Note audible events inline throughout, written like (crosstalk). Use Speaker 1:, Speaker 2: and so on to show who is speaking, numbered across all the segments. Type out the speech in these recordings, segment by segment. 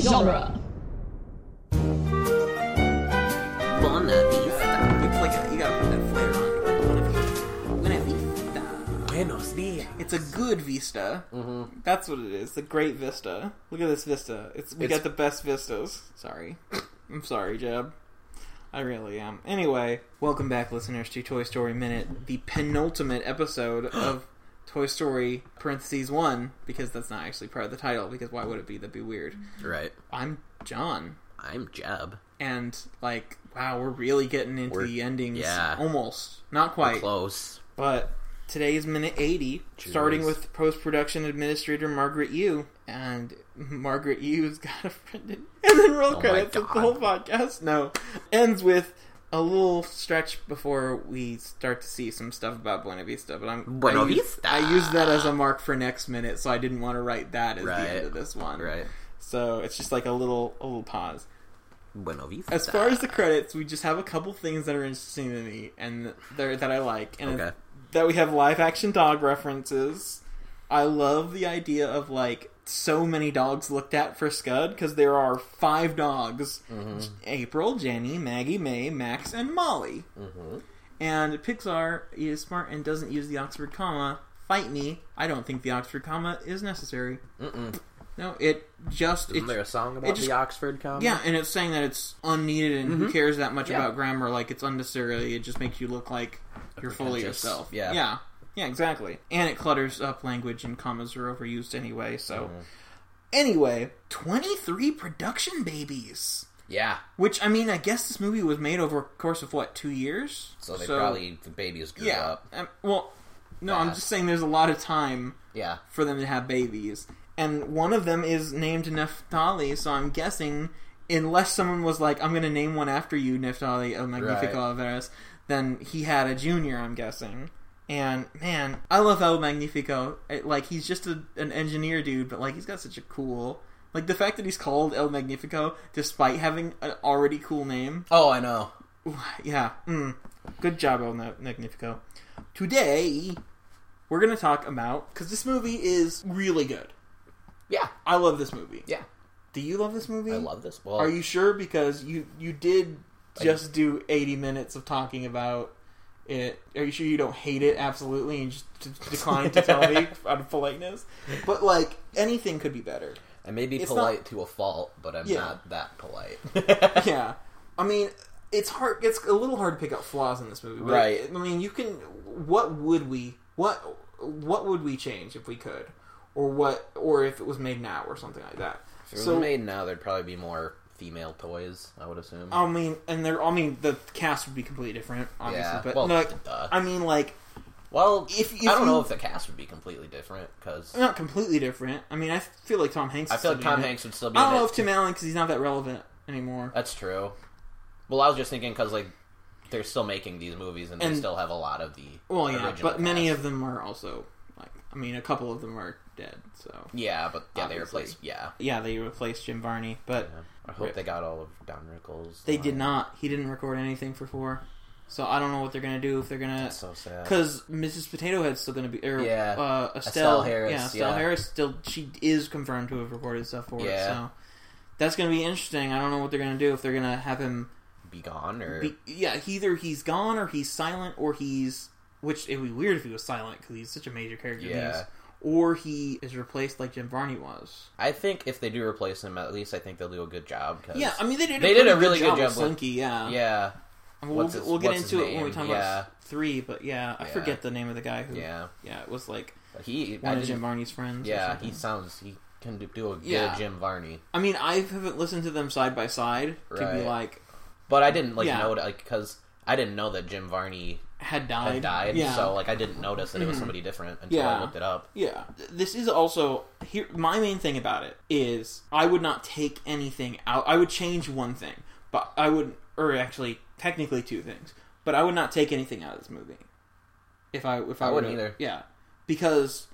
Speaker 1: genre.
Speaker 2: Buena Vista. It's like a, you gotta put that flair on. Buena Vista. Buena Vista.
Speaker 3: Buenos dias.
Speaker 2: It's a good vista. Mm-hmm. That's what it is. The great vista. Look at this vista. It's we
Speaker 3: It's-
Speaker 2: got the best vistas. Sorry, (coughs) I'm sorry, Jeb. I really am. Anyway, welcome back, listeners, to Toy Story Minute, the penultimate
Speaker 3: (gasps)
Speaker 2: episode of Toy Story parentheses one because that's not actually part of the title. Because why would it be? That'd be weird.
Speaker 3: Right.
Speaker 2: I'm John,
Speaker 3: I'm Jeb.
Speaker 2: and like, wow, we're really getting into
Speaker 3: We're-
Speaker 2: the endings.
Speaker 3: yeah.
Speaker 2: almost, not quite.
Speaker 3: Close.
Speaker 2: But today is minute 80,
Speaker 3: Jeez.
Speaker 2: starting with post production administrator Margaret Yu. And Margaret Yu's got a friend in. And then roll
Speaker 3: Oh my
Speaker 2: credits. It's the
Speaker 3: God.
Speaker 2: whole podcast. No. Ends with a little stretch before we start to see some stuff about Buena Vista. But I'm.
Speaker 3: Buena
Speaker 2: I use-
Speaker 3: Vista.
Speaker 2: I used that as a mark for next minute, so I didn't want to write that as
Speaker 3: Right.
Speaker 2: the end of this one.
Speaker 3: Right.
Speaker 2: So it's just like a little, a little pause.
Speaker 3: Buena Vista.
Speaker 2: As far as the credits, we just have a couple things that are interesting to me and there that I like, and
Speaker 3: Okay.
Speaker 2: that we have live action dog references. I love the idea of like so many dogs looked at for Scud because there are five dogs:
Speaker 3: Mm-hmm.
Speaker 2: J- April, Jenny, Maggie, May, Max, and Molly.
Speaker 3: Mm-hmm.
Speaker 2: And Pixar is smart and doesn't use the Oxford comma. Fight me! I don't think the Oxford comma is necessary.
Speaker 3: Mm-mm.
Speaker 2: No, it just
Speaker 3: Isn't
Speaker 2: it's
Speaker 3: there a song
Speaker 2: it
Speaker 3: about
Speaker 2: just-
Speaker 3: the Oxford comma?
Speaker 2: yeah, and it's saying that it's unneeded and who cares that much
Speaker 3: Mm-hmm. Yeah.
Speaker 2: about grammar? Like it's unnecessarily. It just makes you look like you're fully
Speaker 3: pretentious.
Speaker 2: yourself.
Speaker 3: Yeah.
Speaker 2: yeah, yeah, exactly. And it clutters up language, and commas are overused anyway. So,
Speaker 3: Mm-hmm.
Speaker 2: anyway, twenty three production babies.
Speaker 3: Yeah.
Speaker 2: Which I mean, I guess this movie was made over a course of what two years.
Speaker 3: So they probably the babies grew
Speaker 2: yeah.
Speaker 3: up.
Speaker 2: um, well, no, I'm
Speaker 3: fast.
Speaker 2: just saying there's a lot of time
Speaker 3: Yeah.
Speaker 2: for them to have babies. And one of them is named Neftali, so I'm guessing, unless someone was like, I'm going to name one after you, Neftali of Magnifico Alvarez, then he had a junior, I'm guessing. And man, I love El Magnifico. It- like, he's just a, an engineer dude, but like, he's got such a cool. Like, the fact that he's called El Magnifico, despite having an already cool name,
Speaker 3: Oh, I know.
Speaker 2: yeah. Mm. Good job, El Ma- Magnifico. Today, we're going to talk about because this movie is really good.
Speaker 3: Yeah.
Speaker 2: I love this movie.
Speaker 3: Yeah.
Speaker 2: Do you love this movie?
Speaker 3: I love this. Well,
Speaker 2: Are you sure? Because you you did just do eighty minutes of talking about it. Are you sure you don't hate it absolutely and just d- decline to tell
Speaker 3: (laughs)
Speaker 2: me out of politeness? But like anything could be
Speaker 3: (laughs)
Speaker 2: better.
Speaker 3: I may be
Speaker 2: it's
Speaker 3: polite to a fault, but I'm
Speaker 2: Yeah.
Speaker 3: not
Speaker 2: (laughs)
Speaker 3: that polite.
Speaker 2: yeah, I mean, it's hard. It's a little hard to pick out flaws in this movie, but
Speaker 3: Right.
Speaker 2: I mean, you can. What would we? What What would we change if we could, or what, or if it was made now or something like that?
Speaker 3: If it was made now, there'd probably be more female toys. I would assume.
Speaker 2: I mean, and there. I mean, the cast would be completely different, obviously.
Speaker 3: Yeah,
Speaker 2: But
Speaker 3: well,
Speaker 2: like,
Speaker 3: duh.
Speaker 2: I mean, like
Speaker 3: well,
Speaker 2: if- if
Speaker 3: I don't know
Speaker 2: you- Mm.
Speaker 3: if the cast would be completely different because
Speaker 2: not completely different. I mean, I feel like Tom Hanks.
Speaker 3: I
Speaker 2: would
Speaker 3: feel
Speaker 2: still
Speaker 3: like
Speaker 2: be
Speaker 3: Tom
Speaker 2: in it.
Speaker 3: Hanks would still be.
Speaker 2: I don't
Speaker 3: in
Speaker 2: know
Speaker 3: it.
Speaker 2: if Tim Allen because he's not that relevant anymore.
Speaker 3: That's true. Well, I was just thinking because like they're still making these movies and,
Speaker 2: And-
Speaker 3: they still have a lot of the
Speaker 2: Well, yeah,
Speaker 3: original
Speaker 2: but many
Speaker 3: cast.
Speaker 2: of them are also like. I mean, a couple of them are dead. So
Speaker 3: yeah, but yeah, they
Speaker 2: Obviously.
Speaker 3: replaced yeah.
Speaker 2: yeah, they replaced Jim Varney, but
Speaker 3: Yeah. I hope they got all of Don Rickles.
Speaker 2: they did
Speaker 3: line.
Speaker 2: not. He didn't record anything for four, so I don't know what they're gonna do if they're gonna.
Speaker 3: So sad.
Speaker 2: Because Mrs. Potato Head's still gonna be, or
Speaker 3: Yeah.
Speaker 2: uh, Estelle,
Speaker 3: Estelle Harris,
Speaker 2: yeah, Estelle
Speaker 3: yeah.
Speaker 2: Harris still she is confirmed to have recorded stuff for it.
Speaker 3: Yeah.
Speaker 2: So that's gonna be interesting. I don't know what they're gonna do if they're gonna have him.
Speaker 3: be gone or
Speaker 2: Be, yeah, either he's gone or he's silent or he's which it would be weird if he was silent because he's such a major character. in
Speaker 3: Yeah.
Speaker 2: these. Or he is replaced like Jim Varney was.
Speaker 3: I think if they do replace him, at least I think they'll do a good job. Cause,
Speaker 2: Yeah, I mean they did. A
Speaker 3: They did a
Speaker 2: pretty
Speaker 3: really good
Speaker 2: with
Speaker 3: job with-
Speaker 2: Slinky. Yeah,
Speaker 3: yeah,
Speaker 2: And We'll,
Speaker 3: What's his-
Speaker 2: we'll get
Speaker 3: what's his
Speaker 2: into it when we
Speaker 3: name?
Speaker 2: talk
Speaker 3: Yeah.
Speaker 2: about three, but yeah, I
Speaker 3: Yeah.
Speaker 2: forget the name of the guy who.
Speaker 3: yeah.
Speaker 2: yeah, it was like
Speaker 3: But he, I
Speaker 2: one of Jim
Speaker 3: didn't-
Speaker 2: Varney's friends. or
Speaker 3: yeah,
Speaker 2: something.
Speaker 3: he sounds he can do, do a good
Speaker 2: Yeah.
Speaker 3: Jim Varney.
Speaker 2: I mean, I haven't listened to them side by side to be
Speaker 3: Right.
Speaker 2: like
Speaker 3: But I didn't like
Speaker 2: Yeah.
Speaker 3: know like because I didn't know that Jim Varney
Speaker 2: had died.
Speaker 3: had died,
Speaker 2: Yeah, Mm-hmm.
Speaker 3: so like I didn't notice that it was somebody different until
Speaker 2: Yeah.
Speaker 3: I looked it up.
Speaker 2: yeah. This is also here. My main thing about it is I would not take anything out. I would change one thing, but I would, or actually, technically two things. But I would not take anything out of this movie. If I if I,
Speaker 3: I wouldn't
Speaker 2: were to-
Speaker 3: either.
Speaker 2: Yeah, because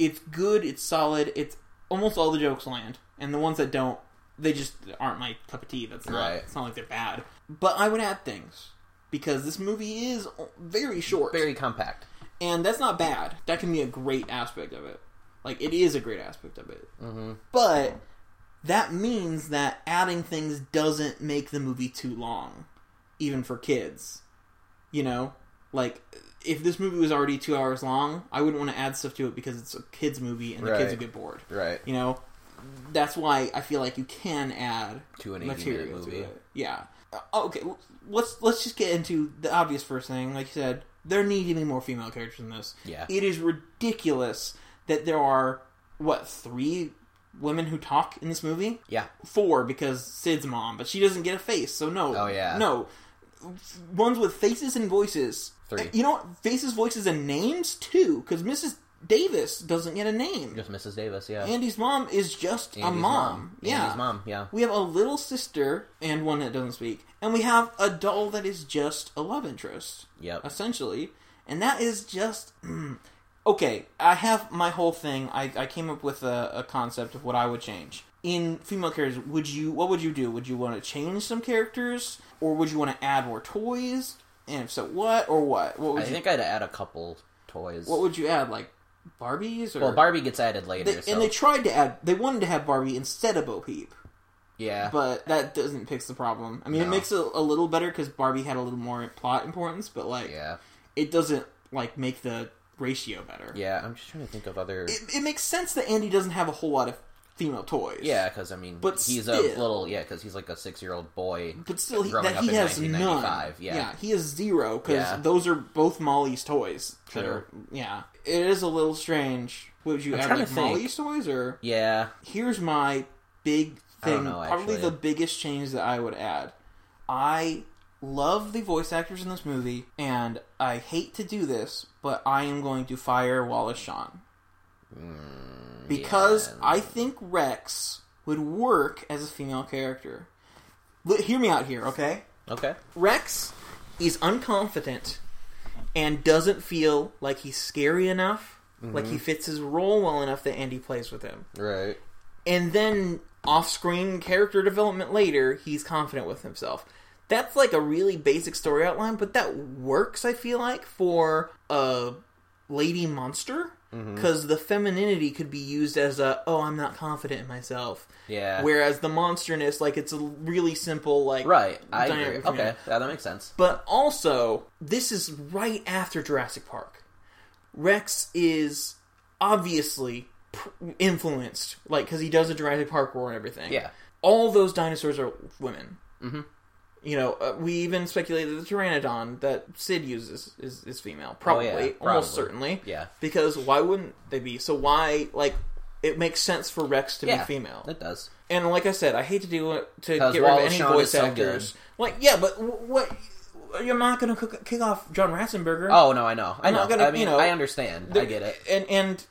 Speaker 2: it's good, it's solid, it's almost all the jokes land, and the ones that don't, they just aren't my cup of tea. That's not.
Speaker 3: Right.
Speaker 2: It's not like they're bad, but I would add things because this movie is very short,
Speaker 3: Very compact.
Speaker 2: and that's not bad. That can be a great aspect of it. Like it is a great aspect of it, mm-hmm. but that means that adding things doesn't make the movie too long, even for kids. You know, like if this movie was already two hours long, I wouldn't want to add stuff to it because it's a kids movie and the kids
Speaker 3: Right.
Speaker 2: would get bored.
Speaker 3: Right.
Speaker 2: You know, that's why I feel like you can add
Speaker 3: To an 80 minute
Speaker 2: material to
Speaker 3: movie.
Speaker 2: it. Yeah. Uh, okay, l- let's let's just get into the obvious first thing. Like you said, there need to be more female characters in this.
Speaker 3: Yeah.
Speaker 2: It is ridiculous that there are what three women who talk in this movie?
Speaker 3: Yeah.
Speaker 2: Four because Sid's mom, but she doesn't get a face, so no.
Speaker 3: Oh, yeah.
Speaker 2: No. Ones with faces and voices.
Speaker 3: Three.
Speaker 2: You know what? Faces, voices, and names too, because Mrs. Davis doesn't get a name.
Speaker 3: Just Mrs. Davis. Yeah.
Speaker 2: Andy's mom is just a
Speaker 3: Andy's
Speaker 2: mom. Yeah.
Speaker 3: Andy's mom. Yeah.
Speaker 2: We have a little sister and one that doesn't speak, and we have a doll that is just a love interest
Speaker 3: Yep.
Speaker 2: essentially. And that is just. mm. okay, I have my whole thing. I, I came up with a, a concept of what I would change. In female characters, would you what would you do? Would you want to change some characters, or would you want to add more toys? And if so, what or what? What would
Speaker 3: I
Speaker 2: you
Speaker 3: think I'd add a couple toys.
Speaker 2: What would you add? Like Barbies or
Speaker 3: well, Barbie gets added later.
Speaker 2: they,
Speaker 3: so
Speaker 2: and they tried to add. They wanted to have Barbie instead of Bo Peep,
Speaker 3: yeah.
Speaker 2: but that doesn't fix the problem. I mean, it
Speaker 3: No.
Speaker 2: makes it a little better because Barbie had a little more plot importance, but like
Speaker 3: yeah.
Speaker 2: it doesn't like make the ratio better.
Speaker 3: Yeah. I'm just trying to think of other.
Speaker 2: It, it makes sense that Andy doesn't have a whole lot of female toys.
Speaker 3: Yeah, because I mean,
Speaker 2: But
Speaker 3: he's a
Speaker 2: still.
Speaker 3: little yeah, because he's like a six-year-old boy.
Speaker 2: But still, he,
Speaker 3: growing
Speaker 2: that
Speaker 3: up
Speaker 2: he
Speaker 3: in
Speaker 2: has none.
Speaker 3: 1995, yeah.
Speaker 2: he has zero because
Speaker 3: Yeah.
Speaker 2: those are both Molly's toys. that
Speaker 3: True.
Speaker 2: are- yeah, it is a little strange. Would you add
Speaker 3: trying
Speaker 2: like
Speaker 3: to think.
Speaker 2: Molly's toys or?
Speaker 3: Yeah,
Speaker 2: here's my big
Speaker 3: I don't
Speaker 2: thing.
Speaker 3: know,
Speaker 2: probably
Speaker 3: actually.
Speaker 2: the biggest change that I would add. I love the voice actors in this movie, and I hate to do this, but I am going to fire Wallace Shawn. Because
Speaker 3: Mm, yeah.
Speaker 2: I think Rex would work as a female character. L- hear me out here, okay?
Speaker 3: okay,
Speaker 2: Rex is unconfident and doesn't feel like he's scary enough, like
Speaker 3: Mm-hmm.
Speaker 2: he fits his role well enough that Andy plays with him
Speaker 3: right,
Speaker 2: and then off-screen character development later, he's confident with himself. That's like a really basic story outline, but that works. I feel like for a lady monster,
Speaker 3: Mm-hmm.
Speaker 2: because the femininity could be used as a "oh, I'm not confident in myself,"
Speaker 3: yeah,
Speaker 2: whereas the monsterness, like, it's a really simple, like,
Speaker 3: right. I
Speaker 2: dynamic
Speaker 3: agree.
Speaker 2: between
Speaker 3: Okay,
Speaker 2: it.
Speaker 3: yeah, that makes sense.
Speaker 2: But also, this is right after Jurassic Park. Rex is obviously pr- influenced, like, because he does a Jurassic Park war and everything.
Speaker 3: Yeah,
Speaker 2: All those dinosaurs are women. Mm-hmm. You know, uh, we even speculated the Pteranodon that Sid uses is, is female. Probably.
Speaker 3: Oh, probably.
Speaker 2: Almost certainly.
Speaker 3: yeah,
Speaker 2: Because why wouldn't they be? So why, like, it makes sense for Rex to
Speaker 3: yeah.
Speaker 2: be female.
Speaker 3: It does.
Speaker 2: And like I said, I hate to do it to get
Speaker 3: 'Cause
Speaker 2: rid of
Speaker 3: Wallace
Speaker 2: any
Speaker 3: Shawn
Speaker 2: voice
Speaker 3: is so
Speaker 2: actors. Like, yeah, but wh- what? You're not going to kick off John Ratzenberger.
Speaker 3: Oh no, I know. I
Speaker 2: not
Speaker 3: know.
Speaker 2: gonna-
Speaker 3: I mean,
Speaker 2: you know,
Speaker 3: I understand. I get it.
Speaker 2: And and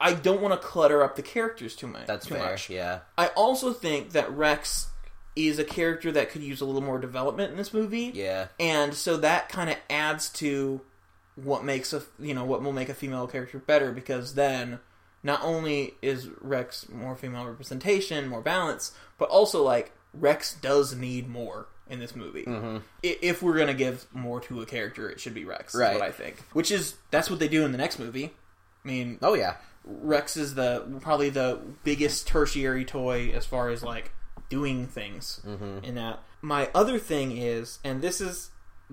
Speaker 2: I don't want to clutter up the characters too much.
Speaker 3: That's
Speaker 2: too
Speaker 3: fair.
Speaker 2: much.
Speaker 3: Yeah,
Speaker 2: I also think that Rex is a character that could use a little more development in this movie.
Speaker 3: yeah,
Speaker 2: And so that kind of adds to what makes a you know what will make a female character better because then not only is Rex more female representation, more balance, but also like Rex does need more in this movie. Mm-hmm. If we're gonna give more to a character, it should be Rex. Right.
Speaker 3: Right.
Speaker 2: Is what I think. Which is that's what they do in the next movie. I mean,
Speaker 3: oh yeah,
Speaker 2: Rex is the probably the biggest tertiary toy as far as like doing things in that. My other thing is, and this is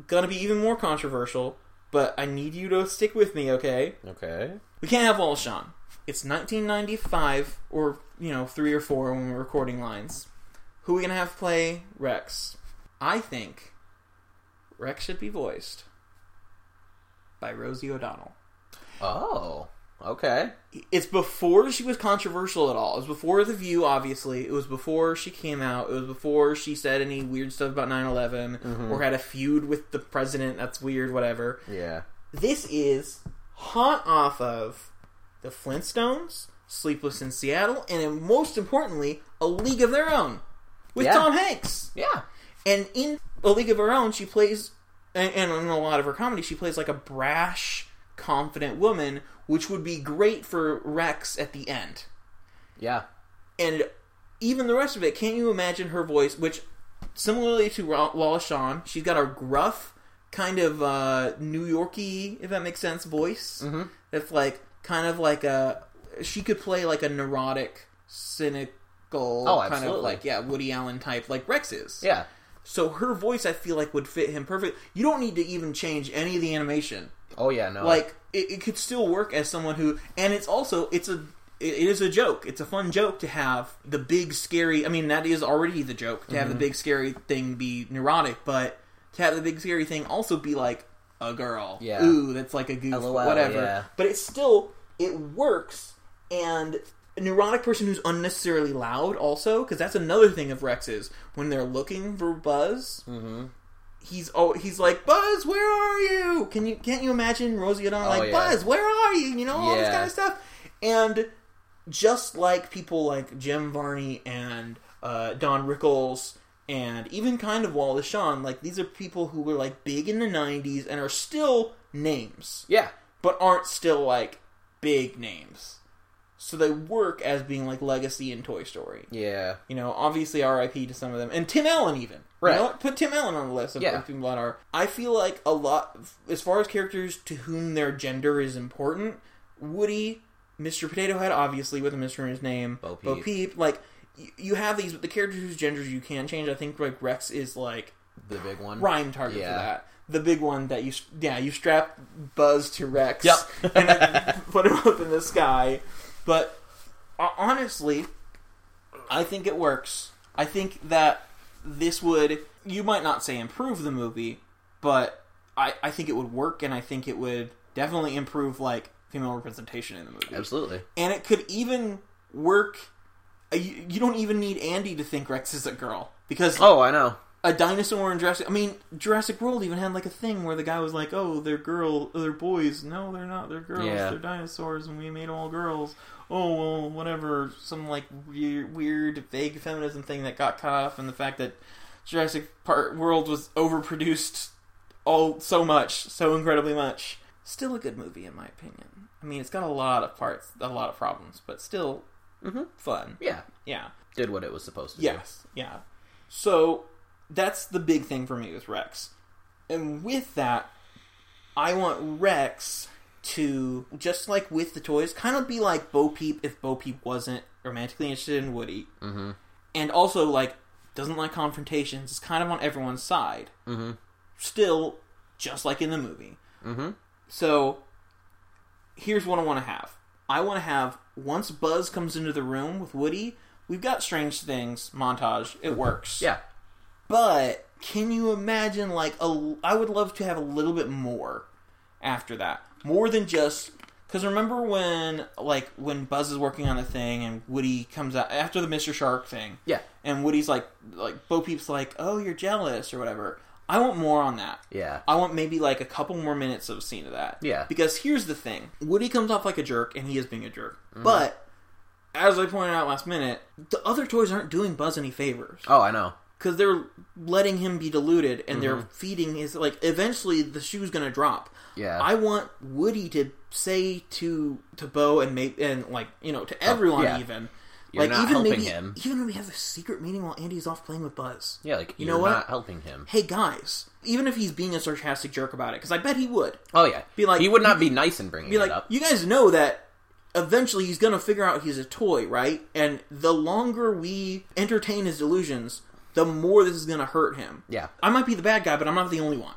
Speaker 2: gonna be even more controversial, but I need you to stick with me, okay?
Speaker 3: okay,
Speaker 2: We can't have Wallace Shawn. It's 1995 or you know three or four when we're recording lines. Who are we gonna have play Rex? I think Rex should be voiced by Rosie O'Donnell
Speaker 3: oh, okay,
Speaker 2: it's before she was controversial at all. It was before The View, obviously. It was before she came out. It was before she said any weird stuff about 9 11 or had a feud with the president. That's weird, whatever.
Speaker 3: yeah,
Speaker 2: This is hot off of The Flintstones, Sleepless in Seattle, and most importantly, A League of Their Own with
Speaker 3: Yeah.
Speaker 2: Tom Hanks.
Speaker 3: yeah,
Speaker 2: And in A League of Her Own, she plays, and, and in a lot of her comedy, she plays like a brash, confident woman, which would be great for Rex at the end.
Speaker 3: yeah,
Speaker 2: And even the rest of it, can't you imagine her voice? Which, similarly to Ra- Wallace Shawn, she's got a gruff, kind of uh, New Yorky, if that makes sense, voice. Mm-hmm. That's like kind of like a. She could play like a neurotic, cynic, skull
Speaker 3: Oh,
Speaker 2: kind of
Speaker 3: absolutely.
Speaker 2: like yeah Woody Allen type like Rex is.
Speaker 3: Yeah.
Speaker 2: So her voice I feel like would fit him perfect. You don't need to even change any of the animation.
Speaker 3: Oh yeah. No.
Speaker 2: Like it, it could still work as someone who and it's also it's a it, it is a joke. It's a fun joke to have the big scary I mean that is already the joke to
Speaker 3: Mhm.
Speaker 2: have the big scary thing be neurotic, but to have the big scary thing also be like a girl.
Speaker 3: Yeah.
Speaker 2: Ooh, that's like a goof
Speaker 3: LOL,
Speaker 2: whatever.
Speaker 3: yeah.
Speaker 2: But it's still it works and a neurotic person who's unnecessarily loud also because that's another thing of Rex's when they're looking for Buzz
Speaker 3: hmm
Speaker 2: he's oh he's like Buzz, where are you? Can you can't you imagine Rosie and I like
Speaker 3: Oh, yeah.
Speaker 2: Buzz, where are you? You know all this
Speaker 3: Yeah.
Speaker 2: kind of stuff, and just like people like Jim Varney and uh, Don Rickles and even kind of Wallace Shawn, like these are people who were like big in the '90s and are still names,
Speaker 3: Yeah.
Speaker 2: but aren't still like big names. So they work as being like legacy in Toy Story.
Speaker 3: Yeah.
Speaker 2: You know, obviously R.I.P. to some of them, and Tim Allen even. You
Speaker 3: Right.
Speaker 2: know what? Put Tim Allen on the list of
Speaker 3: Yeah.
Speaker 2: people that are. I feel like a lot, as far as characters to whom their gender is important, Woody, Mr. Potato Head, obviously with a Mr. in his name,
Speaker 3: Bo Peep.
Speaker 2: like y- you have these, but the characters whose genders you can change. I think like Rex is like
Speaker 3: The big one.
Speaker 2: prime target for
Speaker 3: Yeah.
Speaker 2: that. The big one that you, yeah, you strap Buzz to Rex
Speaker 3: Yep.
Speaker 2: (laughs) and then put him up in the sky. But uh, honestly, I think it works. I think that this would, you might not say improve the movie, but I, I think it would work and I think it would definitely improve, like, female representation in the movie
Speaker 3: Absolutely.
Speaker 2: and it could even work. uh, You, you don't even need Andy to think Rex is a girl because
Speaker 3: Oh, I know.
Speaker 2: a dinosaur in Jurassic. I mean, Jurassic World even had like a thing where the guy was like, "Oh, they're girl, they're boys. No, they're not. They're girls.
Speaker 3: Yeah.
Speaker 2: They're dinosaurs, and we made them all girls." Oh well, whatever. Some like weird, weird, vague feminism thing that got caught up in the fact that Jurassic Park World was overproduced all so much, so incredibly much. Still a good movie in my opinion. I mean, it's got a lot of parts, a lot of problems, but still fun.
Speaker 3: Yeah.
Speaker 2: Yeah.
Speaker 3: Did what it was supposed to. do.
Speaker 2: Yes, yeah. So that's the big thing for me with Rex. And with that, I want Rex to just like with the toys, kind of be like Bo Peep if Bo Peep wasn't romantically interested in Woody, mm-hmm. and also like doesn't like confrontations. Is kind of on everyone's side. Mm-hmm. Still, just like in the movie.
Speaker 3: Mhm.
Speaker 2: So here's what I want to have. I want to have once Buzz comes into the room with Woody, we've got Strange Things montage. It works.
Speaker 3: Yeah.
Speaker 2: But can you imagine like a I would love to have a little bit more after that. More than just cuz remember when like when Buzz is working on the thing and Woody comes out after the Mr. Shark thing
Speaker 3: Yeah.
Speaker 2: and Woody's like like Bo Peep's like, "Oh, you're jealous" or whatever. I want more on that.
Speaker 3: Yeah.
Speaker 2: I want maybe like a couple more minutes of a scene of that.
Speaker 3: Yeah.
Speaker 2: Because here's the thing Woody comes off like a jerk, and he is being a jerk.
Speaker 3: Mm-hmm.
Speaker 2: But, as I pointed out last minute, the other toys aren't doing Buzz any favors.
Speaker 3: Oh, I know.
Speaker 2: Because they're letting him be deluded, and they're
Speaker 3: Mm-hmm.
Speaker 2: feeding his. Like, eventually the shoe's going to drop.
Speaker 3: Yeah.
Speaker 2: I want Woody to say to to Bo and make and like you know to everyone
Speaker 3: Oh, yeah.
Speaker 2: even
Speaker 3: You're
Speaker 2: like
Speaker 3: not
Speaker 2: even
Speaker 3: helping
Speaker 2: maybe
Speaker 3: him.
Speaker 2: even maybe have a secret meeting while Andy's off playing with Buzz
Speaker 3: yeah. Like
Speaker 2: You
Speaker 3: you
Speaker 2: know
Speaker 3: are
Speaker 2: what?
Speaker 3: not helping him.
Speaker 2: hey guys, even if he's being a sarcastic jerk about it, because I bet he would.
Speaker 3: Oh yeah.
Speaker 2: Be like-
Speaker 3: he would not be nice in bringing
Speaker 2: Be like,
Speaker 3: it up.
Speaker 2: you guys know that eventually he's gonna figure out he's a toy, right? And the longer we entertain his delusions, the more this is gonna hurt him.
Speaker 3: Yeah.
Speaker 2: I might be the bad guy, but I'm not the only one.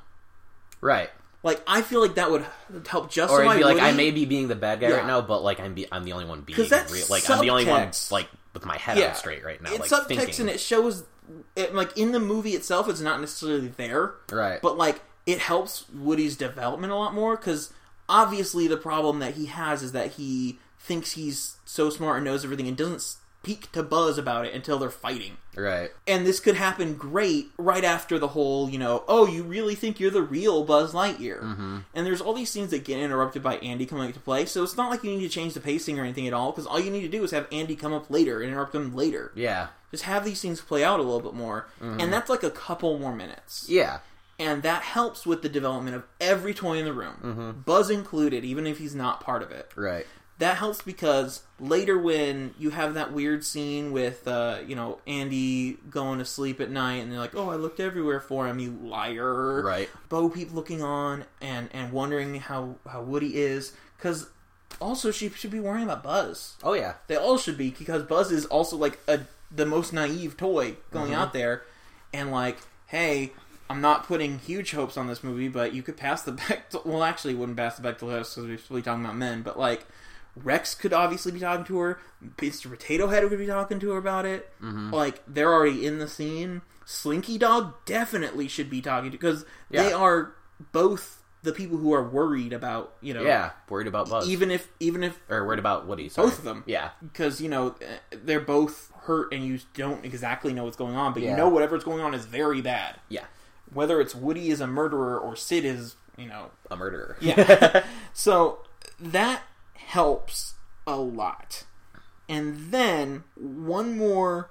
Speaker 3: Right.
Speaker 2: Like, I feel like that would help justify.
Speaker 3: Or it'd be like,
Speaker 2: Woody.
Speaker 3: I may be being the bad guy
Speaker 2: Yeah.
Speaker 3: right now, but like I'm be- I'm the only one being
Speaker 2: 'Cause that's
Speaker 3: real. Like I'm the only one
Speaker 2: subtext.
Speaker 3: like with my head on straight right now.
Speaker 2: It's
Speaker 3: like
Speaker 2: subtext
Speaker 3: thinking.
Speaker 2: and it shows, it, like in the movie itself, it's not necessarily there,
Speaker 3: Right.
Speaker 2: But like it helps Woody's development a lot more because obviously the problem that he has is that he thinks he's so smart and knows everything and doesn't speak to Buzz about it until they're fighting.
Speaker 3: right.
Speaker 2: And this could happen great right after the whole, you know, oh, you really think you're the real Buzz Lightyear. Mm-hmm. And there's all these scenes that get interrupted by Andy coming up to play, so it's not like you need to change the pacing or anything at all, because all you need to do is have Andy come up later and interrupt them later.
Speaker 3: Yeah. Mm-hmm.
Speaker 2: Just have these things play out a little bit more, and that's like a couple more minutes.
Speaker 3: Yeah.
Speaker 2: And that helps with the development of every toy in the room,
Speaker 3: Mm-hmm.
Speaker 2: Buzz included, even if he's not part of it
Speaker 3: Right.
Speaker 2: that helps because later when you have that weird scene with uh, you know Andy going to sleep at night and they're like, "Oh, I looked everywhere for him, you liar!"
Speaker 3: Right.
Speaker 2: Bo Peep looking on and and wondering how how Woody is because also she should be worrying about Buzz.
Speaker 3: Oh yeah.
Speaker 2: They all should be because Buzz is also like a the most naive toy going
Speaker 3: Mm-hmm.
Speaker 2: out there, and like, hey, I'm not putting huge hopes on this movie, but you could pass the (laughs) Bechtel. Well, actually, wouldn't pass the Bechtel test because we're really talking about men, but like. Rex could obviously be talking to her. Mr. Potato Head could be talking to her about it.
Speaker 3: Mm-hmm.
Speaker 2: Like they're already in the scene. Slinky Dog definitely should be talking to because they
Speaker 3: Yeah.
Speaker 2: are both the people who are worried about you know
Speaker 3: Yeah, worried about Buzz
Speaker 2: even if even if
Speaker 3: or worried about Woody. Sorry.
Speaker 2: Both of them.
Speaker 3: Yeah,
Speaker 2: because you know eh, they're both hurt and you don't exactly know what's going on but you
Speaker 3: Yeah.
Speaker 2: know whatever's going on is very bad
Speaker 3: yeah,
Speaker 2: whether it's woody is a murderer or sid is you know
Speaker 3: a murderer.
Speaker 2: Yeah. so that helps a lot and then one more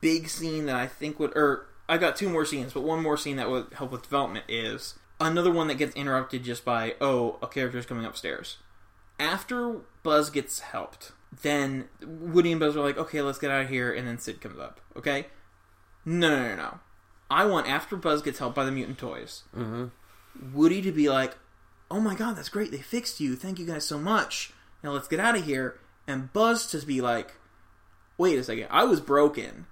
Speaker 2: big scene that i think would or i got two more scenes but one more scene that would help with development is another one that gets interrupted just by oh a character's coming upstairs after Buzz gets helped, then Woody and Buzz are like, okay, let's get out of here, and then Sid comes up. Okay? No, no, no, no. I want after Buzz gets helped by the mutant toys, Woody to be like, oh my god, that's great. They fixed you. Thank you guys so much. Now let's get out of here. And Buzz to be like, wait a second. I was broken,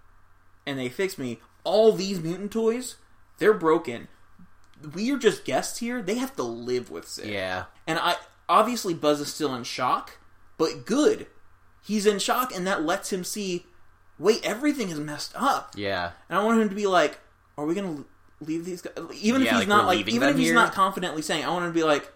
Speaker 2: and they fixed me. All these mutant toys, they're broken. We are just guests here. They have to live with Sid.
Speaker 3: (laughs) yeah,
Speaker 2: And I obviously Buzz is still in shock, but good. He's in shock and that lets him see wait, everything is messed up.
Speaker 3: yeah.
Speaker 2: And I want him to be like, are we going to leave these guys even if
Speaker 3: Yeah,
Speaker 2: he's
Speaker 3: like,
Speaker 2: not
Speaker 3: we're
Speaker 2: like
Speaker 3: leaving
Speaker 2: even if
Speaker 3: them
Speaker 2: he's
Speaker 3: here?
Speaker 2: not confidently saying, I want him to be like,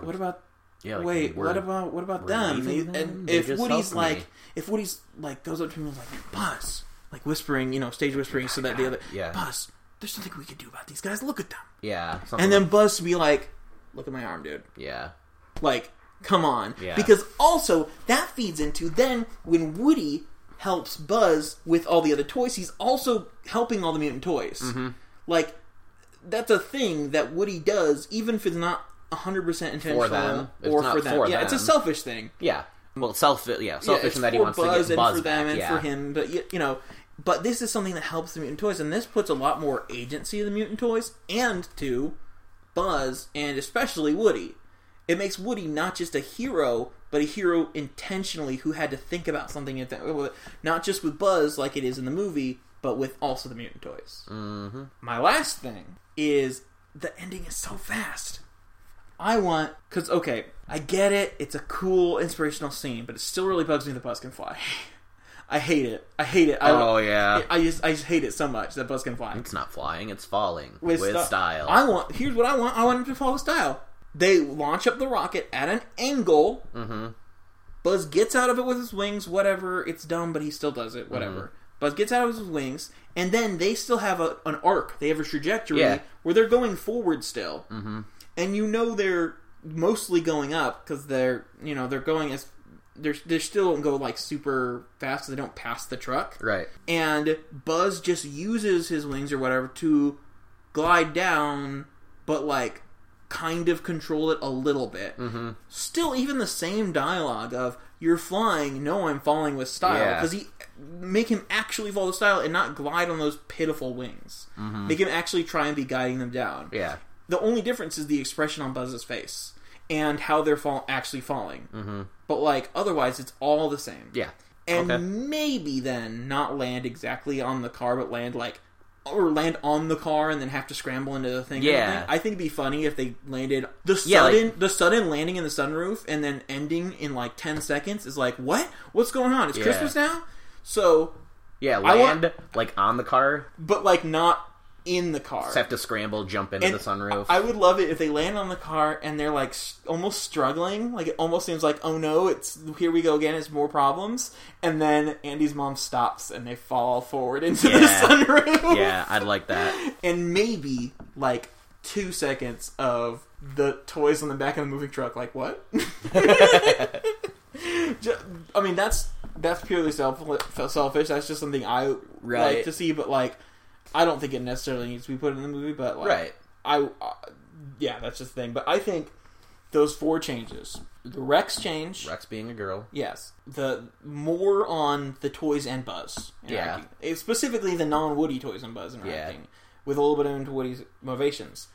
Speaker 2: what about
Speaker 3: Yeah, like,
Speaker 2: wait,
Speaker 3: we're-
Speaker 2: what about what about
Speaker 3: we're
Speaker 2: them?
Speaker 3: leaving
Speaker 2: And-
Speaker 3: them?
Speaker 2: And
Speaker 3: They
Speaker 2: if
Speaker 3: just
Speaker 2: Woody's
Speaker 3: helped
Speaker 2: like,
Speaker 3: me.
Speaker 2: if Woody's like goes up to him and is like, Buzz, like whispering, you know, stage whispering, so that the other,
Speaker 3: Yeah.
Speaker 2: Buzz, there's nothing we could do about these guys. Look at them.
Speaker 3: yeah, something
Speaker 2: And then
Speaker 3: like-
Speaker 2: Buzz to be like, look at my arm, dude.
Speaker 3: yeah,
Speaker 2: Like, come on.
Speaker 3: Yeah.
Speaker 2: Because also, that feeds into then when Woody helps Buzz with all the other toys, he's also helping all the mutant toys.
Speaker 3: Mm-hmm.
Speaker 2: Like, that's a thing that Woody does, even if it's not 100% intentional
Speaker 3: them. It's
Speaker 2: or
Speaker 3: not
Speaker 2: for them.
Speaker 3: for
Speaker 2: yeah, it's a
Speaker 3: them.
Speaker 2: selfish thing.
Speaker 3: yeah. Well, selfish, yeah,
Speaker 2: Yeah,
Speaker 3: selfish
Speaker 2: it's
Speaker 3: in that he
Speaker 2: for
Speaker 3: wants
Speaker 2: Buzz
Speaker 3: to get
Speaker 2: and
Speaker 3: Buzz
Speaker 2: for them
Speaker 3: back.
Speaker 2: and
Speaker 3: yeah.
Speaker 2: for him, but you, you know, but this is something that helps the mutant toys, and this puts a lot more agency to the mutant toys and to Buzz and especially Woody. It makes Woody not just a hero, but a hero intentionally who had to think about something, at that- not just with Buzz like it is in the movie, but with also the mutant toys. Mm-hmm. My last thing is the ending is so fast. I want because okay, I get it. It's a cool inspirational scene, but it still really bugs me that Buzz can fly. (laughs) I hate it. I hate it. I,
Speaker 3: Oh yeah,
Speaker 2: I just I just hate it so much that Buzz can fly
Speaker 3: it's not flying; it's falling
Speaker 2: with,
Speaker 3: with,
Speaker 2: sti-
Speaker 3: style.
Speaker 2: I want. Here's what I want. I want him to follow style. They launch up the rocket at an angle. Mm-hmm. Buzz gets out of it with his wings. Whatever. It's dumb, but he still does it. Whatever.
Speaker 3: Mm-hmm.
Speaker 2: Buzz gets out of his wings, and then they still have a, an arc. They have a trajectory
Speaker 3: Yeah.
Speaker 2: where they're going forward still, mm-hmm. and you know they're mostly going up because they're you know they're going as they're they still don't go like super fast. They don't pass the truck
Speaker 3: right.
Speaker 2: and Buzz just uses his wings or whatever to glide down, but like kind of control it a little bit. Mm-hmm. Still, even the same dialogue of "You're flying, no, I'm falling with style,"
Speaker 3: Yeah.
Speaker 2: because he make him actually follow the style and not glide on those pitiful wings. Make him actually try and be guiding them down.
Speaker 3: Yeah,
Speaker 2: The only difference is the expression on Buzz's face and how they're fall- actually falling. Mm-hmm. But like otherwise, it's all the same
Speaker 3: yeah,
Speaker 2: and
Speaker 3: Okay.
Speaker 2: maybe then not land exactly on the car, but land like or land on the car and then have to scramble into the thing. or
Speaker 3: Yeah.
Speaker 2: something. I think it'd be funny if they landed the
Speaker 3: Yeah, like-
Speaker 2: sudden the sudden landing in the sunroof and then ending in like ten seconds is like what? What's going on? It's
Speaker 3: Yeah.
Speaker 2: Christmas now, so
Speaker 3: yeah.
Speaker 2: I want-
Speaker 3: Land like on the car.
Speaker 2: but like not in the car.
Speaker 3: Just have to scramble, jump into
Speaker 2: And
Speaker 3: the sunroof.
Speaker 2: I would love it if they land on the car and they're like s- almost struggling. Like it almost seems like, oh no, it's here we go again. It's more problems. And then Andy's mom stops and they fall forward into the
Speaker 3: Yeah.
Speaker 2: sunroof.
Speaker 3: yeah, I'd
Speaker 2: (laughs)
Speaker 3: like that.
Speaker 2: And maybe like two seconds of the toys on the back of the moving truck. Like
Speaker 3: (laughs)
Speaker 2: what? Ju- I mean, that's that's purely self selfish. That's just something I like
Speaker 3: Right.
Speaker 2: to see. But like, I don't think it necessarily needs to be put in the movie. But like,
Speaker 3: Right.
Speaker 2: I, uh, yeah, that's just the thing. But I think those four changes: the Rex change,
Speaker 3: Rex being a girl.
Speaker 2: yes, the more on the toys and Buzz,
Speaker 3: Yeah.
Speaker 2: interacting. specifically the non-Woody toys and Buzz interacting, with a little bit into Woody's motivations.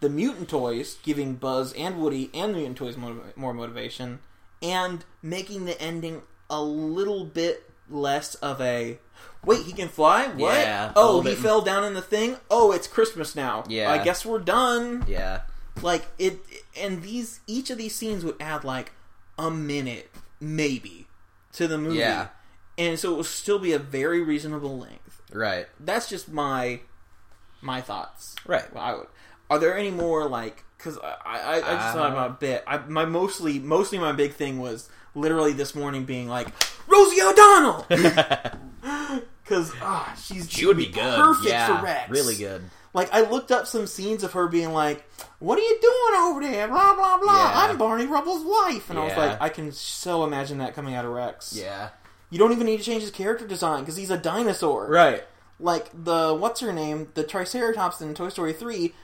Speaker 2: The mutant toys giving Buzz and Woody and the mutant toys motiv- more motivation, and making the ending a little bit less of a Wait, he can fly? What?
Speaker 3: Yeah, a
Speaker 2: oh,
Speaker 3: little
Speaker 2: he
Speaker 3: bit.
Speaker 2: fell down in the thing? Oh, it's Christmas now.
Speaker 3: Yeah.
Speaker 2: I guess we're done.
Speaker 3: Yeah.
Speaker 2: Like it and these each of these scenes would add like a minute, maybe, to the movie.
Speaker 3: Yeah.
Speaker 2: And so it would still be a very reasonable length.
Speaker 3: Right.
Speaker 2: That's just my my thoughts. (laughs)
Speaker 3: Right. (laughs)
Speaker 2: Well, I would. Are there any more like? Because I, I, I just
Speaker 3: Uh,
Speaker 2: thought about a bit. I, my mostly mostly my big thing was literally this morning being like Rosie O'Donnell (laughs) because ah she's
Speaker 3: She would be good.
Speaker 2: perfect
Speaker 3: yeah,
Speaker 2: for Rex
Speaker 3: Really good.
Speaker 2: Like I looked up some scenes of her being like, "What are you doing over there?" Blah blah blah.
Speaker 3: Yeah.
Speaker 2: I'm Barney Rubble's wife, and I was
Speaker 3: Yeah.
Speaker 2: like, I can so imagine that coming out of Rex.
Speaker 3: Yeah.
Speaker 2: You don't even need to change his character design because he's a dinosaur
Speaker 3: Right.
Speaker 2: like the what's her name, the Triceratops in Toy Story three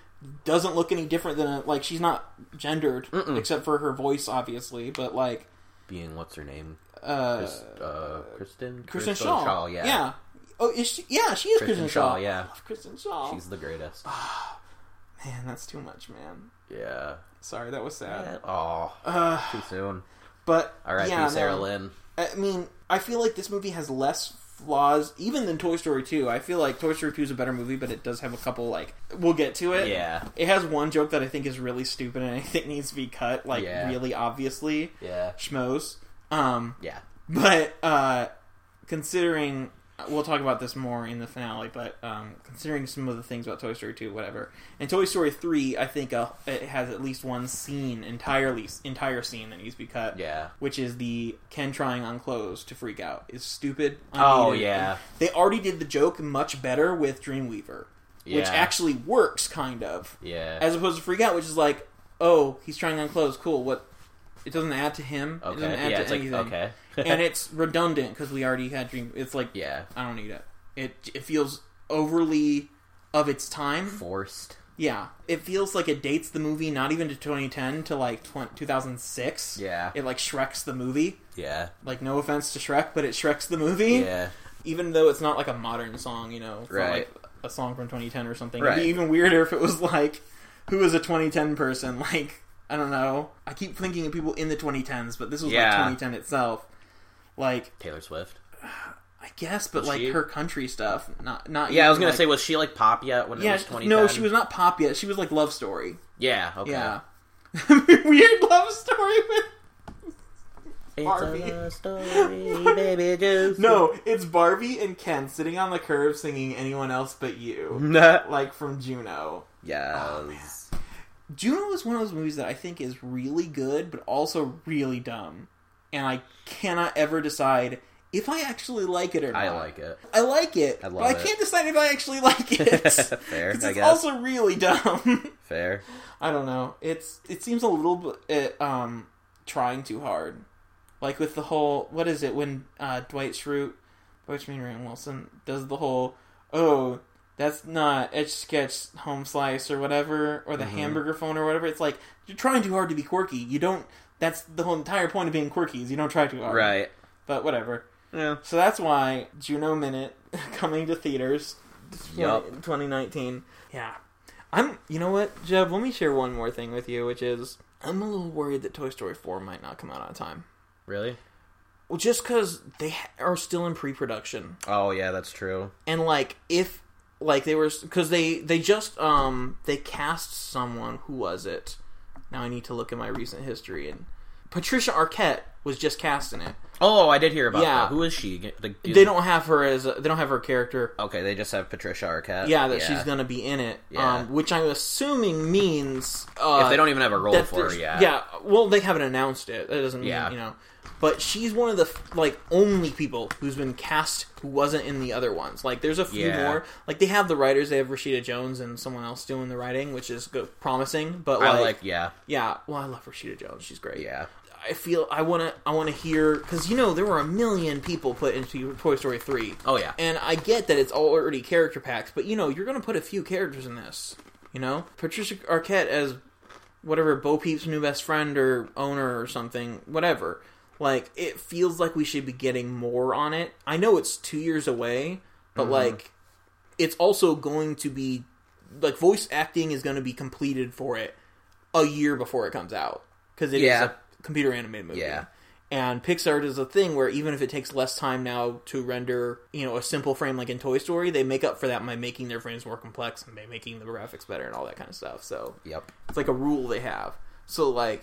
Speaker 2: doesn't look any different than a, like she's not gendered except for her voice, obviously. But like
Speaker 3: Being what's her name?
Speaker 2: uh,
Speaker 3: Chris, uh, Kristen.
Speaker 2: Kristen Shaw,
Speaker 3: yeah.
Speaker 2: yeah. Oh, is she? Yeah, she is
Speaker 3: Kristen
Speaker 2: Kristen,
Speaker 3: Shaw,
Speaker 2: Shaw.
Speaker 3: yeah.
Speaker 2: I love Kristen Shaw.
Speaker 3: She's the greatest.
Speaker 2: Ah. Man, that's too much, man.
Speaker 3: Yeah.
Speaker 2: Sorry, that was sad.
Speaker 3: Oh,
Speaker 2: Uh,
Speaker 3: too soon.
Speaker 2: but
Speaker 3: All right,
Speaker 2: yeah,
Speaker 3: Sarah
Speaker 2: no.
Speaker 3: Lynn.
Speaker 2: I mean, I feel like this movie has less flaws even than Toy Story 2. I feel like Toy Story 2 is a better movie, but it does have a couple like we'll get to it.
Speaker 3: Yeah.
Speaker 2: It has one joke that I think is really stupid and I think needs to be cut like
Speaker 3: Yeah.
Speaker 2: really obviously.
Speaker 3: Yeah.
Speaker 2: Schmoes. Um
Speaker 3: Yeah.
Speaker 2: but uh considering we'll talk about this more in the finale, but um considering some of the things about Toy Story 2 whatever. And Toy Story 3, I think uh, it has at least one scene entirely entire scene that needs to be cut
Speaker 3: Yeah.
Speaker 2: which is the Ken trying on clothes to freak out is stupid.
Speaker 3: Oh,
Speaker 2: unneeded,
Speaker 3: yeah.
Speaker 2: and they already did the joke much better with Dreamweaver,
Speaker 3: Yeah.
Speaker 2: which actually works kind of,
Speaker 3: Yeah.
Speaker 2: as opposed to freak out, which is like, oh, he's trying on clothes, cool. What? It doesn't add to him. It doesn't
Speaker 3: okay.
Speaker 2: add
Speaker 3: Yeah.
Speaker 2: to
Speaker 3: It's
Speaker 2: anything.
Speaker 3: like okay. (laughs)
Speaker 2: and it's redundant because we already had Dream. It's like
Speaker 3: yeah.
Speaker 2: I don't need it. It it feels overly of its time.
Speaker 3: Forced.
Speaker 2: Yeah, it feels like it dates the movie not even to 2010 to like 20, 2006.
Speaker 3: Yeah.
Speaker 2: It like Shreks the movie
Speaker 3: Yeah.
Speaker 2: like no offense to Shrek, but it Shreks the movie.
Speaker 3: Yeah.
Speaker 2: Even though it's not like a modern song, you know, for
Speaker 3: Right.
Speaker 2: like a song from 2010 or something.
Speaker 3: Right.
Speaker 2: It'd be even weirder if it was like, who is a 2010 person? (laughs) Like, I don't know. I keep thinking of people in the 2010s, but this was
Speaker 3: Yeah.
Speaker 2: like 2010 itself. Like,
Speaker 3: Taylor Swift.
Speaker 2: I guess, but
Speaker 3: Was
Speaker 2: like
Speaker 3: she-
Speaker 2: her country stuff, not not.
Speaker 3: Yeah, I was
Speaker 2: even,
Speaker 3: gonna
Speaker 2: like-
Speaker 3: say, was she like pop yet when it
Speaker 2: Yeah,
Speaker 3: was twenty?
Speaker 2: no, she was not pop yet. She was like love story.
Speaker 3: Yeah. Okay.
Speaker 2: Yeah, (laughs) weird love story with
Speaker 3: It's
Speaker 2: Barbie.
Speaker 3: a
Speaker 2: (laughs)
Speaker 3: love story, baby juice.
Speaker 2: no. It's Barbie and Ken sitting on the curb singing "Anyone Else But You." (laughs) like from Juno.
Speaker 3: Oh, yes.
Speaker 2: Oh, Juno is one of those movies that I think is really good, but also really dumb, and I cannot ever decide if I actually like it or not.
Speaker 3: I like it.
Speaker 2: I like it,
Speaker 3: I
Speaker 2: but
Speaker 3: love
Speaker 2: I
Speaker 3: it.
Speaker 2: can't decide if I actually (laughs) like it. (laughs) 'Cause
Speaker 3: (laughs) Fair, I
Speaker 2: it's
Speaker 3: guess.
Speaker 2: also really dumb. (laughs)
Speaker 3: Fair.
Speaker 2: I don't know. It's it seems a little bit um trying too hard, like with the whole what is it when uh, Dwight Schrute, Dwight Schrute and Wilson does the whole oh that's not etch sketch home slice or whatever or the hamburger phone or whatever. It's like you're trying too hard to be quirky. You don't. That's the whole entire point of being quirky is you don't try too hard.
Speaker 3: Right.
Speaker 2: But whatever.
Speaker 3: Yeah.
Speaker 2: So that's why Juno Minute (laughs) coming to theaters
Speaker 3: Yup.
Speaker 2: 2019. Yeah. I'm you know what, Jeb, let me share one more thing with you, which is I'm a little worried that Toy Story 4 might not come out on time.
Speaker 3: Really?
Speaker 2: Well, just cuz they ha- are still in pre-production.
Speaker 3: Oh yeah, that's true.
Speaker 2: And like if like they were cuz they they just um they cast someone who was it? Now I need to look at my recent history and Patricia Arquette was just cast in it.
Speaker 3: Oh, I did hear about
Speaker 2: Yeah.
Speaker 3: that. Who is she? The-
Speaker 2: They don't have her as a, they don't have her character
Speaker 3: Okay, they just have Patricia Arquette.
Speaker 2: yeah that she's gonna be in it
Speaker 3: Yeah.
Speaker 2: um, which i'm assuming means uh,
Speaker 3: If they don't even have a role
Speaker 2: that
Speaker 3: for her
Speaker 2: there's-
Speaker 3: yet.
Speaker 2: yeah well they haven't announced it that doesn't mean
Speaker 3: Yeah.
Speaker 2: you know but she's one of the f- like only people who's been cast who wasn't in the other ones like there's a few
Speaker 3: Yeah.
Speaker 2: more like they have the writers they have rashida jones and someone else doing the writing which is good, promising but like,
Speaker 3: I like. Yeah.
Speaker 2: yeah well i love rashida jones she's great
Speaker 3: Yeah.
Speaker 2: i feel i want to i want to hear because you know there were a million people put into toy story 3
Speaker 3: Oh yeah.
Speaker 2: and I get that it's already character packs, but you know, you're gonna put a few characters in this. You know? Patricia Arquette as whatever Bo Peep's new best friend or owner or something, whatever. Like, it feels like we should be getting more on it. I know it's two years away,
Speaker 3: Mm-hmm.
Speaker 2: but like it's also going to be like voice acting is gonna be completed for it a year before it comes out. Because it is
Speaker 3: Yeah.
Speaker 2: a computer animated movie.
Speaker 3: Yeah.
Speaker 2: And Pixar does a thing where even if it takes less time now to render, you know, a simple frame like in Toy Story, they make up for that by making their frames more complex and by making the graphics better and all that kind of stuff. So
Speaker 3: Yep.
Speaker 2: it's like a rule they have. So like,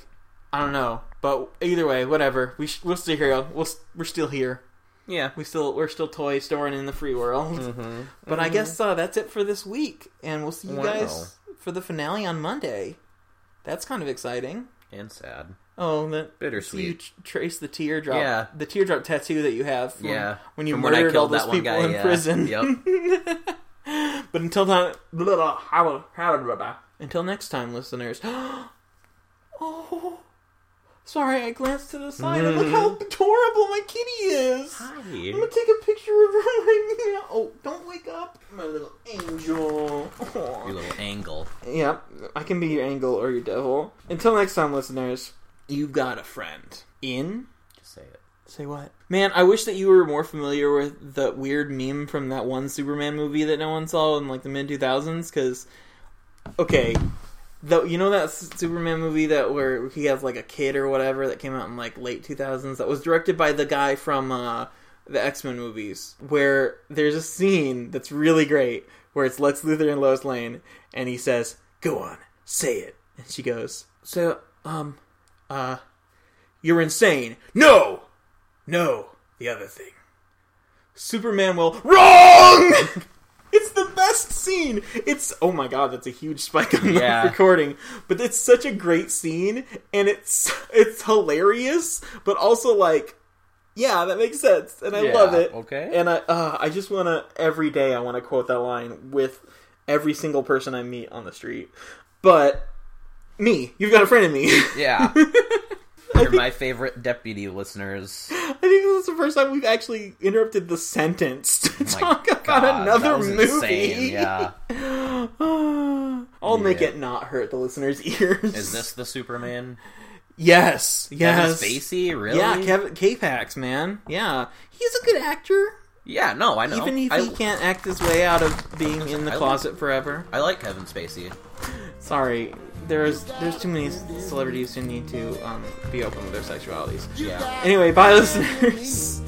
Speaker 2: I don't know, but either way, whatever. We sh- we'll still here. We'll s- we're still here.
Speaker 3: Yeah.
Speaker 2: We still we're still toy storing in the free world.
Speaker 3: Mm-hmm.
Speaker 2: (laughs) But I guess uh, that's it for this week, and we'll see you
Speaker 3: Wow.
Speaker 2: guys for the finale on Monday. That's kind of exciting.
Speaker 3: And sad.
Speaker 2: Oh, that
Speaker 3: Bittersweet.
Speaker 2: See you tr- trace the teardrop,
Speaker 3: Yeah.
Speaker 2: the teardrop tattoo that you have. From
Speaker 3: Yeah.
Speaker 2: when you
Speaker 3: From when I
Speaker 2: murdered all
Speaker 3: killed that
Speaker 2: those
Speaker 3: one
Speaker 2: people
Speaker 3: guy,
Speaker 2: in
Speaker 3: yeah.
Speaker 2: prison.
Speaker 3: Yep.
Speaker 2: (laughs) but until then, blah, blah, how- how- blah, blah. until next time, listeners. (gasps) oh, sorry, I glanced to the side. and Look
Speaker 3: Mhm.
Speaker 2: how adorable my kitty is. I'm
Speaker 3: Hi.
Speaker 2: gonna take a picture of her (laughs) right now. Oh, don't wake up, my little angel. Aw.
Speaker 3: Your little angle.
Speaker 2: Yep, I can be your angel or your devil. Until next time, listeners, you've got a friend. In?
Speaker 3: Just say it.
Speaker 2: Say what? Man, I wish that you were more familiar with the weird meme from that one Superman movie that no one saw in like the mid 2000s, because, okay. Though you know that S- Superman movie that where he has like a kid or whatever that came out in like late 2000s that was directed by the guy from uh, the X Men movies where there's a scene that's really great where it's Lex Luthor and Lois Lane and he says, "Go on, say it," and she goes, "So, um, uh, you're insane." No, no, the other thing. Superman will wrong. (laughs) it's the best scene. It's oh my god, that's a huge spike on
Speaker 3: Yeah.
Speaker 2: the recording, but it's such a great scene and it's it's hilarious, but also like yeah, that makes sense, and I
Speaker 3: Yeah,
Speaker 2: love it.
Speaker 3: okay.
Speaker 2: and I uh, I just want to every day I want to quote that line with every single person I meet on the street. But me, you've got a friend in me. (laughs)
Speaker 3: Yeah. You're my favorite
Speaker 2: (laughs)
Speaker 3: deputy listeners.
Speaker 2: I think this is the first time we've actually interrupted the sentence to
Speaker 3: Oh My
Speaker 2: talk about
Speaker 3: God, that
Speaker 2: another
Speaker 3: was
Speaker 2: movie.
Speaker 3: Insane. Yeah.
Speaker 2: (laughs) I'll make
Speaker 3: Yeah.
Speaker 2: it not hurt the listeners' (laughs) ears.
Speaker 3: Is this the Superman?
Speaker 2: yes,
Speaker 3: Kevin
Speaker 2: yes,
Speaker 3: Spacey? Really?
Speaker 2: yeah, Kevin K-Pax, man, yeah, he's a good actor.
Speaker 3: Yeah, no, I know.
Speaker 2: Even if
Speaker 3: I,
Speaker 2: he can't act his way out of being in the
Speaker 3: I like-
Speaker 2: closet forever.
Speaker 3: I like Kevin Spacey.
Speaker 2: Sorry, there's there's too many celebrities who need to um, be open with their sexualities.
Speaker 3: Yeah.
Speaker 2: Anyway, bye, listeners.